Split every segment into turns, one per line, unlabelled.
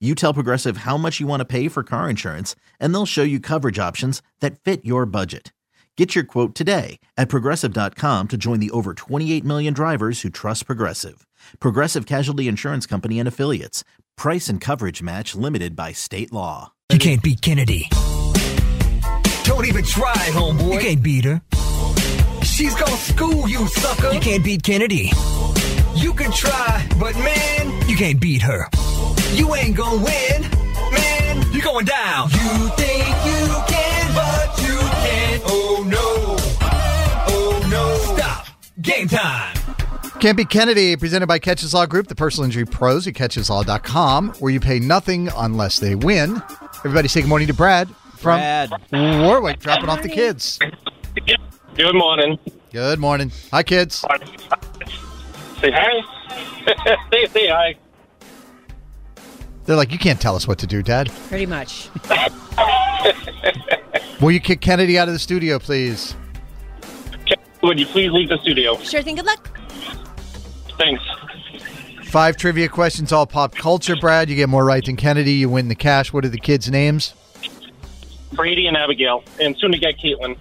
You tell Progressive how much you want to pay for car insurance, and they'll show you coverage options that fit your budget. Get your quote today at progressive.com to join the over 28 million drivers who trust Progressive. Progressive Casualty Insurance Company and Affiliates. Price and coverage match limited by state law.
You can't beat Kennedy.
Don't even try,
You
homeboy.
can't beat her.
She's gonna school you, sucker.
You can't beat Kennedy.
You can try, but man,
You can't beat her.
you ain't gonna win. Man, you're going down. You think you can, but you can't. Oh no. Oh no. Stop. Game time.
Can't be Kennedy, presented by Catches Law Group, the personal injury pros at catcheslaw.com, where you pay nothing unless they win. Everybody say good morning to Brad from Warwick, dropping off the kids.
Good morning.
Good morning. Hi, kids.
Say hi. say, say hi.
They're like, you can't tell us what to do, Dad.
Pretty much.
Will you kick Kennedy out of the studio, please?
Would you please leave the studio?
Sure thing. Good luck.
Thanks.
Five trivia questions, all pop culture, Brad. You get more right than Kennedy. You win the cash. What are the kids' names?
Brady and Abigail, and soon to get Caitlin.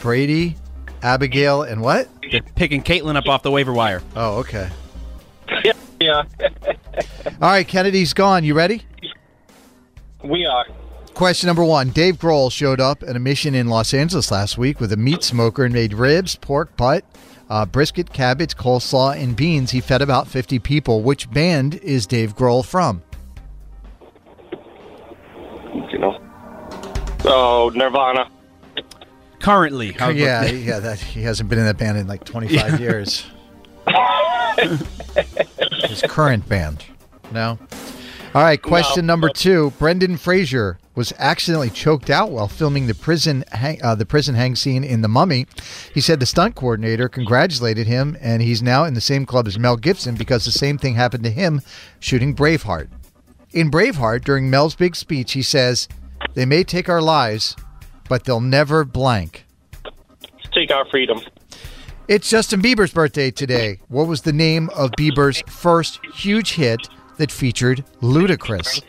Brady, Abigail, and what?
They're picking Caitlin up off the waiver wire.
Oh, okay.
Yeah,
All right, Kennedy's gone. You ready?
we are.
Question number one Dave Grohl showed up at a mission in Los Angeles last week with a meat smoker and made ribs, pork butt, uh, brisket, cabbage, coleslaw, and beans. He fed about 50 people. Which band is Dave Grohl from?
You know. Oh, Nirvana.
Currently, how-
yeah, yeah, that he hasn't been in that band in like 25 years. His current band. No. All right, question number two. Brendan Fraser was accidentally choked out while filming the prison hang, uh, the prison hang scene in The Mummy. He said the stunt coordinator congratulated him, and he's now in the same club as Mel Gibson because the same thing happened to him shooting Braveheart. In Braveheart, during Mel's big speech, he says, "They may take our lives, but they'll never blank."
Take our freedom.
It's Justin Bieber's birthday today. What was the name of Bieber's first huge hit that featured Ludacris?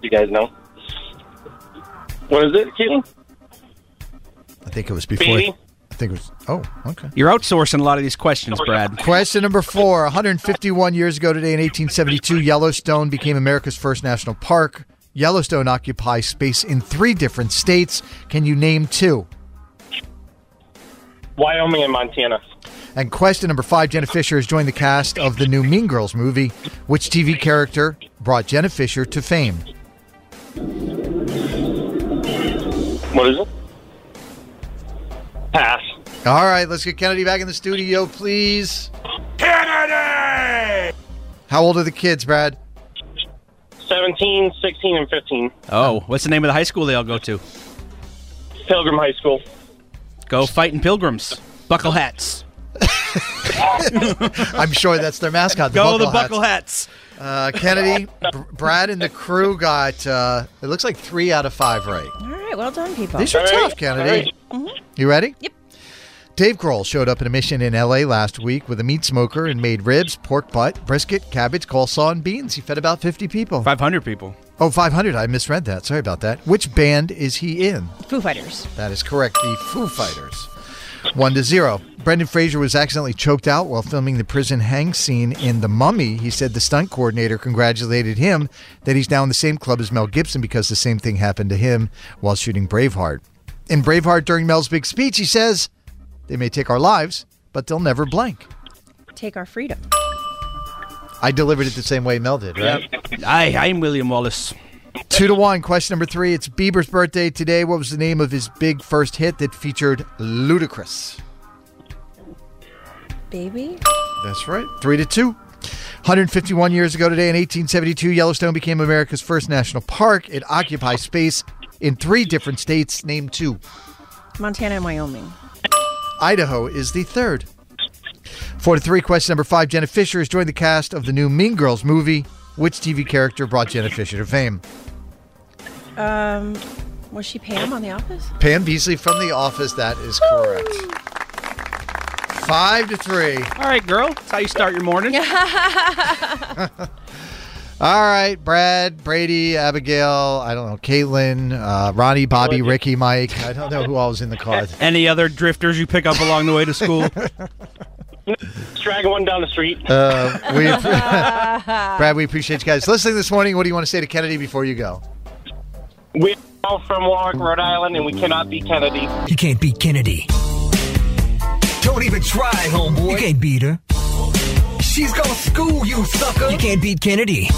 You guys know. What is it, Caitlin?
I think it was before.
Beanie.
I think it was. Oh, okay.
You're outsourcing a lot of these questions, Brad.
Question number four. 151 years ago today in 1872, Yellowstone became America's first national park. Yellowstone occupies space in three different states. Can you name two?
Wyoming and Montana.
And question number five Jenna Fisher has joined the cast of the new Mean Girls movie. Which TV character brought Jenna Fisher to fame?
What is it? Pass.
All right, let's get Kennedy back in the studio, please. Kennedy! How old are the kids, Brad?
17, 16, and 15.
Oh, what's the name of the high school they all go to?
Pilgrim High School.
Go fighting pilgrims. Buckle hats.
I'm sure that's their mascot. The
Go the
buckle hats.
buckle
Uh,
hats.
Kennedy, Br- Brad, and the crew got uh, it looks like three out of five right.
All right. Well done, people.
These are tough, Kennedy. Mm-hmm. You ready?
Yep.
Dave Grohl showed up at a mission in L.A. last week with a meat smoker and made ribs, pork butt, brisket, cabbage, coleslaw, and beans. He fed about 50 people.
Five hundred people.
Oh, 500. I misread that. Sorry about that. Which band is he in?
Foo Fighters.
That is correct. The Foo Fighters. One to zero. Brendan Fraser was accidentally choked out while filming the prison hang scene in The Mummy. He said the stunt coordinator congratulated him that he's now in the same club as Mel Gibson because the same thing happened to him while shooting Braveheart. In Braveheart, during Mel's big speech, he says, They may take our lives, but they'll never blank.
Take our freedom.
I delivered it the same way Mel did, right?
I, I'm William Wallace.
Two to one. Question number three. It's Bieber's birthday today. What was the name of his big first hit that featured Ludacris?
Baby?
That's right. Three to two. 151 years ago today in 1872, Yellowstone became America's first national park. It occupies space in three different states. Name two.
Montana and Wyoming.
Idaho is the third. Four to three. Question number five. Jenna Fisher has joined the cast of the new Mean Girls movie. Which TV character brought Jenna Fisher to fame?
Um, was she Pam on The Office?
Pam Beasley from The Office. That is correct. Five to three.
All right, girl. That's how you start your morning.
All right, Brad, Brady, Abigail, I don't know, Caitlin, uh, Ronnie, Bobby, Ricky, Mike. I don't know who all was in the car.
Any other drifters you pick up along the way to school?
Dragging one down the street.
Uh, we, Brad, we appreciate you guys listening this morning. What do you want to say to Kennedy before you go?
We're all from Warwick, Rhode Island, and we cannot be Kennedy.
You can't beat Kennedy.
Don't even try,
You
homeboy.
can't beat her.
She's gonna school you, sucker.
You can't beat Kennedy.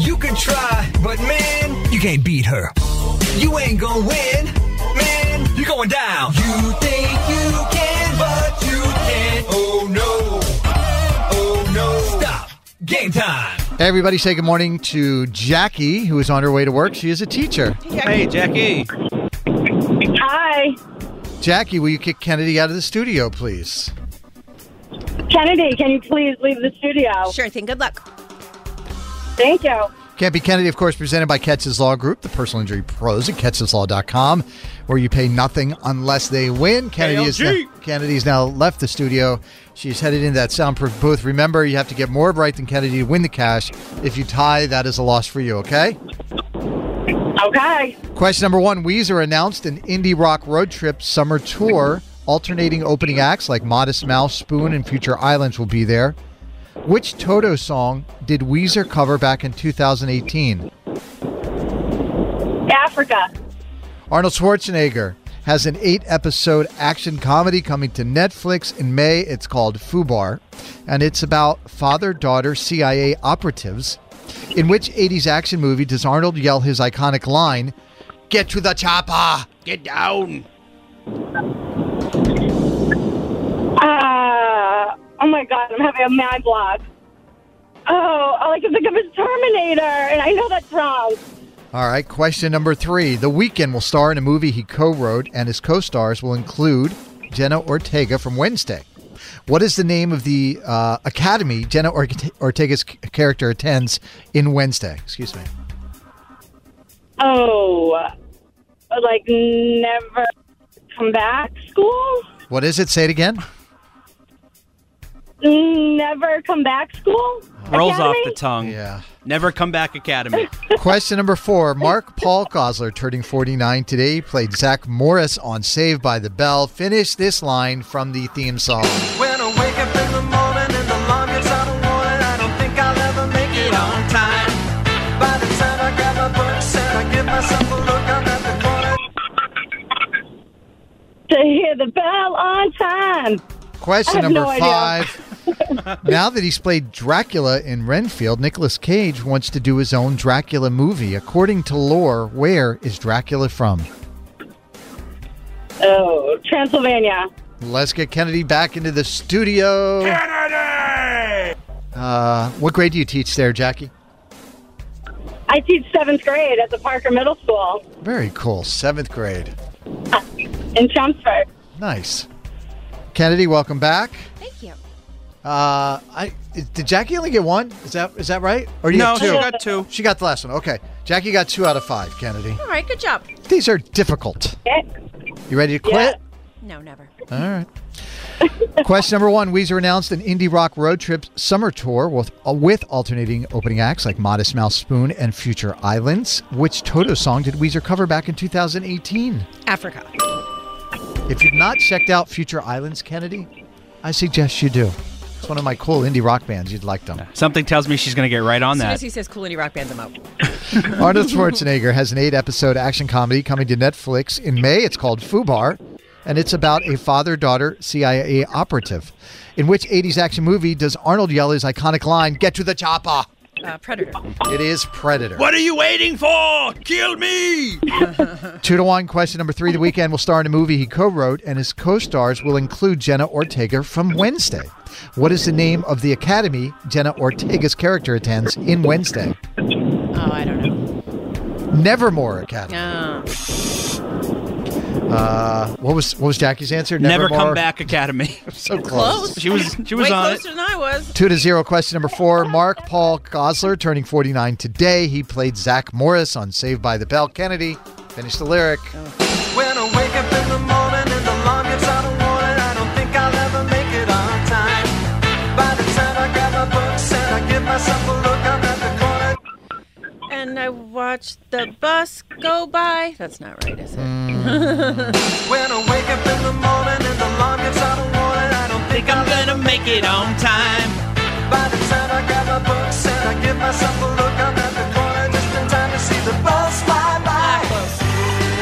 You can try, but man,
You can't beat her.
you ain't gonna win. Man, you're going down. You think you can, but you can't. Oh no. Oh no. Stop. Game time.
Everybody say good morning to Jackie, who is on her way to work. She is a teacher.
hey, Jackie.
Hi.
Jackie, will you kick Kennedy out of the studio, please?
Kennedy, can you please leave the studio?
Sure thing. Good luck.
Thank you.
Can't be Kennedy, of course, presented by Ketch's Law Group, the personal injury pros at ketch'slaw.com, where you pay nothing unless they win. Kennedy is now,
KLG.
Kennedy's now left the studio. She's headed into that soundproof booth. Remember, you have to get more right than Kennedy to win the cash. If you tie, that is a loss for you, okay?
Okay.
Question number one Weezer announced an indie rock road trip summer tour. Alternating opening acts like Modest Mouse, Spoon, and Future Islands will be there. Which Toto song did Weezer cover back in 2018?
Africa.
Arnold Schwarzenegger has an eight episode action comedy coming to Netflix in May. It's called Fubar, and it's about father daughter CIA operatives. In which 80s action movie does Arnold yell his iconic line, Get to the chopper?
Get down.
Uh, oh my God, I'm having a mind block. Oh, all I can think of is Terminator, and I know that's wrong.
All right, question number three. The Weeknd will star in a movie he co wrote, and his co stars will include Jenna Ortega from Wednesday. What is the name of the uh, academy Jenna Orte- Ortega's c- character attends in Wednesday? Excuse me.
Oh, like never come back school?
What is it? Say it again.
Never come back school?
Rolls
Academy?
off the tongue.
Yeah.
Never come back, Academy.
Question number four. Mark Paul Gosler, turning 49 today, He played Zach Morris on Saved by the Bell. Finish this line from the theme song.
When I wake up in the morning and the alarm gets out of warning, I don't think I'll ever make it on time. By the time I grab my books and I give myself a look, I'm at the corner.
To hear the bell on time.
Question
I have
number
no idea.
five. now that he's played Dracula in Renfield, Nicolas Cage wants to do his own Dracula movie. According to lore, where is Dracula from?
Oh, Transylvania.
Let's get Kennedy back into the studio. Kennedy! Uh, what grade do you teach there, Jackie?
I teach seventh grade at the Parker Middle School
Very cool. Seventh grade.
in Chelmsford.
Nice. Kennedy, welcome back.
Thank you.
Uh, I did Jackie only get one? Is that is that right? Or do you
no,
have two?
she got two.
She got the last one. Okay, Jackie got two out of five. Kennedy,
All right. Good job.
these are difficult.
Yeah.
You ready to quit?
No, never.
All right. Question number one Weezer announced an indie rock road trip summer tour with, uh, with alternating opening acts like Modest Mouse Spoon and Future Islands. Which Toto song did Weezer cover back in 2018?
Africa.
If you've not checked out Future Islands, Kennedy, I suggest you do. It's one of my cool indie rock bands. You'd like them.
Something tells me she's going to get right on
As soon as
that.
he says cool indie rock bands, I'm out.
Arnold Schwarzenegger has an eight episode action comedy coming to Netflix in May. It's called Fubar, and it's about a father daughter CIA operative. In which 80s action movie does Arnold yell his iconic line, Get to the chopper?
Uh, Predator.
It is Predator.
What are you waiting for? Kill me!
Two to one. Question number three. The weekend will star in a movie he co-wrote, and his co-stars will include Jenna Ortega from Wednesday. What is the name of the academy Jenna Ortega's character attends in Wednesday?
Oh, I don't know.
Nevermore Academy.
No.
Uh, what was what was Jackie's answer?
Never
Nevermore.
Come Back Academy.
So close.
Close.
She was she was
Way
on it.
closer than I was.
Two to zero. Question number four. Mark Paul Gosler, turning 49 today. He played Zach Morris on Saved by the Bell. Kennedy, finish the lyric.
When I wake up in the morning and the alarm gets out of warning, I don't think I'll ever make it on time. By the time I grab my books and I give myself a look, I'm at the corner.
And I watched the bus go by. That's not right, is it?
Mm.
When I wake up in the morning and the alarm gets out of warning, I don't think I'll ever make it on time. By the time I grab my books and I give myself a look, I'm at the corner just in time to see the bus fly by.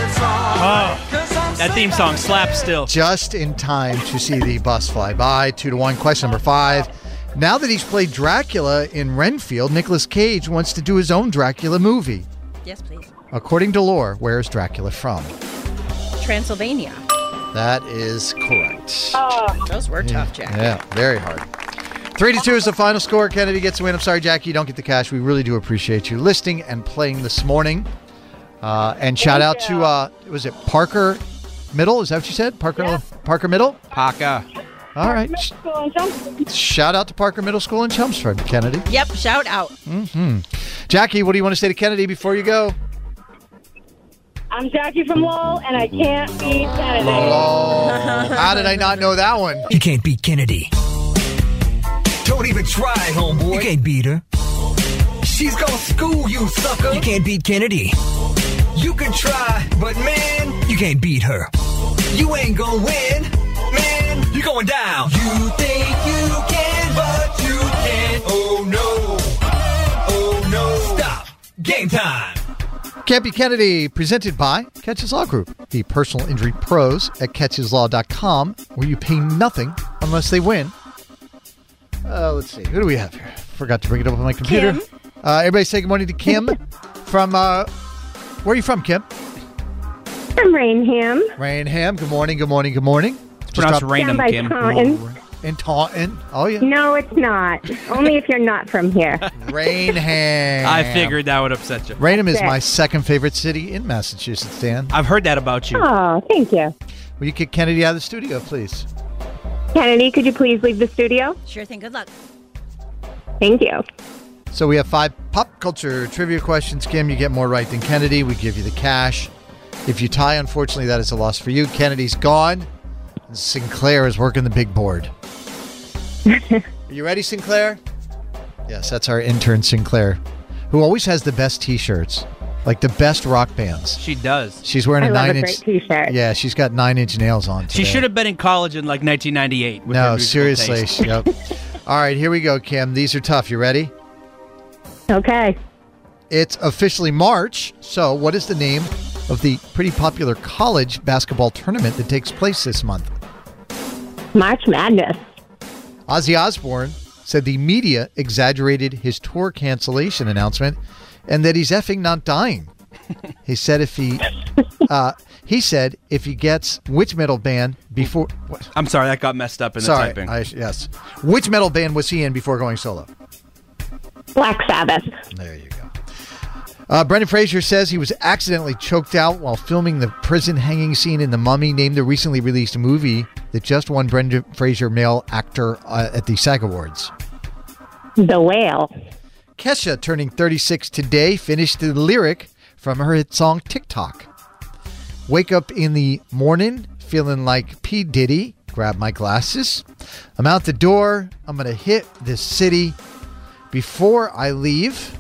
It's all right, 'cause I'm
That theme song slaps still.
just in time to see the bus fly by. Two to one. Question number five. Now that he's played Dracula in Renfield, Nicolas Cage wants to do his own Dracula movie.
Yes, please.
According to lore, where is Dracula from?
Transylvania.
That is correct.
uh,
Those were tough, Jack.
Yeah, very hard. Three to two is the final score. Kennedy gets the win. I'm sorry, Jackie, you don't get the cash. We really do appreciate you listening and playing this morning. Uh, and shout out to uh, was it Parker Middle? Is that what you said? Parker Parker Middle.
Paka.
All right.
Middle school and some-
Shout out to Parker Middle School in Chelmsford, Kennedy.
Yep, shout out.
Jackie, what do you want to say to Kennedy before you go?
I'm Jackie from Lowell, and I can't beat Kennedy.
How did I not know that one?
You can't beat Kennedy.
Don't even try,
You
homeboy.
can't beat her.
She's gonna school you, sucker.
You can't beat Kennedy.
You can try, but man,
You can't beat her.
you ain't gonna win. Man, you're going down. You think you can, but you can't. Oh no. Oh no. Stop. Game time.
Campy Kennedy, presented by Catches Law Group, the personal injury pros at catcheslaw.com, where you pay nothing unless they win. Uh, let's see, who do we have here? Forgot to bring it up on my computer.
Kim.
Uh, everybody say good morning to Kim from, uh, where are you from, Kim?
From Rainham,
Rainham. Good morning, good morning, good morning. Just
Pronounced
dropped
random, Kim.
in Taunton. Oh, yeah.
No, it's not. Only if you're not from here.
Rainham.
I figured that would upset you.
Rainham is
Okay.
my second favorite city in Massachusetts, Dan.
I've heard that about you.
Oh, thank you.
Will you kick Kennedy out of the studio, please?
Kennedy, could you please leave the studio?
Sure thing. Good luck.
Thank you.
So we have five pop culture trivia questions. Kim, you get more right than Kennedy. We give you the cash. If you tie, unfortunately, that is a loss for you. Kennedy's gone. And Sinclair is working the big board. Are you ready, Sinclair? Yes, that's our intern, Sinclair, who always has the best t shirts, like the best rock bands.
She does.
She's wearing
I
a
love a
nine
great
inch.
T-shirt.
Yeah, she's got nine inch nails on.
She
today.
should have been in college in like 1998. With her
No,
musical
seriously.
taste.
yep. All right, here we go, Kim. These are tough. You ready?
Okay.
It's officially March. So, what is the name of the pretty popular college basketball tournament that takes place this month?
March Madness.
Ozzy Osbourne said the media exaggerated his tour cancellation announcement and that he's effing not dying. He said if he uh, he said if he gets which metal band before what,
I'm sorry, that got messed up in
sorry
the typing.
I, yes which metal band was he in before going solo?
Black Sabbath.
There you go. Uh, Brendan Fraser says he was accidentally choked out while filming the prison hanging scene in The Mummy, named the recently released movie that just won Brendan Fraser Male Actor uh, at the SAG Awards.
The Whale.
Kesha, turning 36 today, finished the lyric from her hit song TikTok. Wake up in the morning feeling like P. Diddy, grab my glasses. I'm out the door. I'm going to hit this city. Before I leave,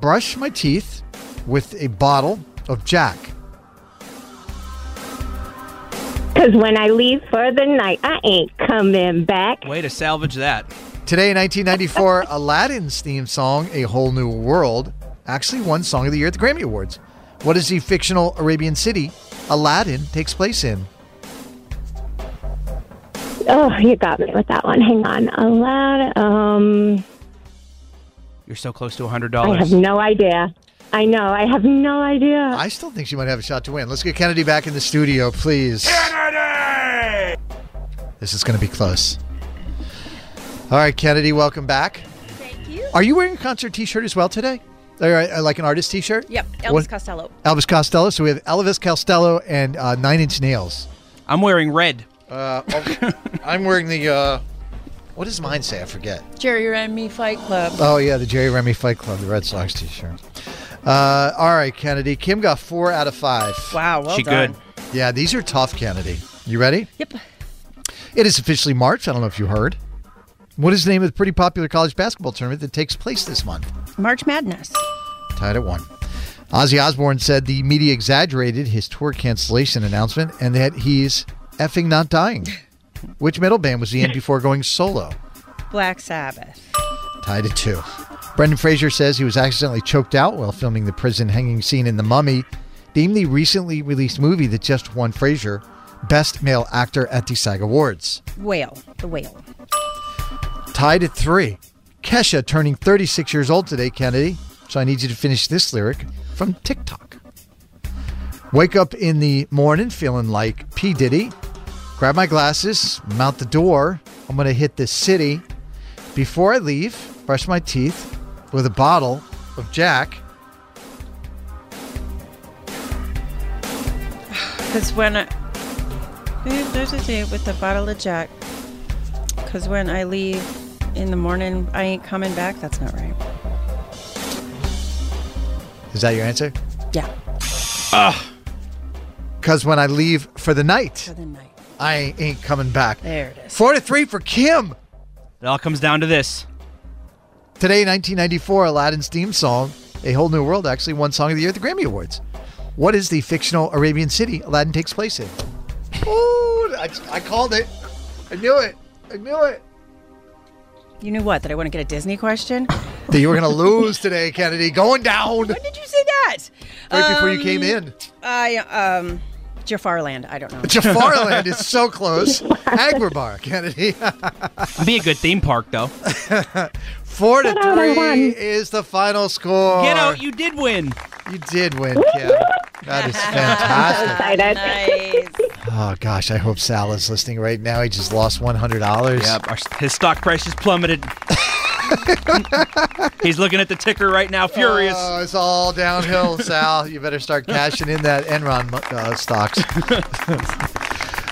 brush my teeth with a bottle of Jack.
Because when I leave for the night, I ain't coming back.
Way to salvage that.
Today in 1994, Aladdin's theme song, A Whole New World, actually won Song of the Year at the Grammy Awards. What is the fictional Arabian city Aladdin takes place in?
Oh, you got me with that one. Hang on. A lot. Um,
You're so close to
I have
$100.
no idea. I know. I have no idea.
I still think she might have a shot to win. Let's get Kennedy back in the studio, please. Kennedy! This is going to be close. All right, Kennedy, welcome back.
Thank you.
Are you wearing a concert T-shirt as well today? Or, uh, like an artist T-shirt?
Yep, Elvis
What-
Costello.
Elvis Costello. So we have Elvis Costello and uh, Nine Inch Nails.
I'm wearing red.
Uh, oh, I'm wearing the. Uh, what does mine say? I forget.
Jerry and me Fight Club.
Oh yeah, the Jerry Remy Fight Club, the Red Sox T-shirt. Uh, all right, Kennedy. Kim got four out of five.
Wow, well
she
done.
good.
Yeah, these are tough, Kennedy. You ready?
Yep.
It is officially March. I don't know if you heard. What is the name of the pretty popular college basketball tournament that takes place this month?
March Madness.
Tied at one. Ozzy Osbourne said the media exaggerated his tour cancellation announcement and that he's effing not dying. Which metal band was he in before going solo?
Black Sabbath.
Tied at two. Brendan Fraser says he was accidentally choked out while filming the prison hanging scene in The Mummy, deemed the recently released movie that just won Fraser Best Male Actor at the SAG Awards.
Whale. The whale.
Tied at three. Kesha turning 36 years old today, Kennedy. So I need you to finish this lyric from TikTok. Wake up in the morning feeling like P. Diddy. Grab my glasses, I'm out the door. I'm going to hit this city. Before I leave, brush my teeth with a bottle of Jack.
Because when I. Babe, There's a date with a bottle of Jack. Because when I leave in the morning, I ain't coming back. That's not right.
Is that your answer?
Yeah.
Because when I leave for the night,
For the night.
I ain't coming back.
There it is.
Four to three for Kim.
It all comes down to this.
Today, 1994, Aladdin's theme song, A Whole New World, actually won Song of the Year at the Grammy Awards. What is the fictional Arabian city Aladdin takes place in? Ooh, I, I called it. I knew it. I knew it.
You knew what? That I want to get a Disney question?
That you were going to lose today, Kennedy. Going down right
when did you say that?
before you
Um,
came in.
I, um, Jafarland. I don't know.
Jafarland is so close. Agrabah, Kennedy.
It'd be a good theme park, though.
Four to
Get out, I won.
three is the final score.
Get out, you did win.
You did win, Kim. That is fantastic.
Excited.
nice.
Oh gosh, I hope Sal is listening right now. He just lost one hundred dollars.
Yep, our, his stock price just plummeted. He's looking at the ticker right now, furious.
Oh, it's all downhill, Sal. You better start cashing in that Enron uh, stocks.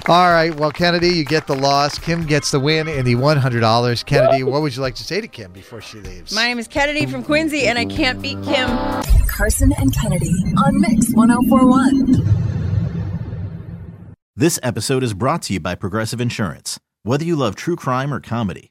all right. Well, Kennedy, you get the loss. Kim gets the win and the one hundred dollars. Kennedy, what would you like to say to Kim before she leaves?
My name is Kennedy from Quincy, and I can't beat Kim.
Carson and Kennedy on Mix 1041.
This episode is brought to you by Progressive Insurance. Whether you love true crime or comedy,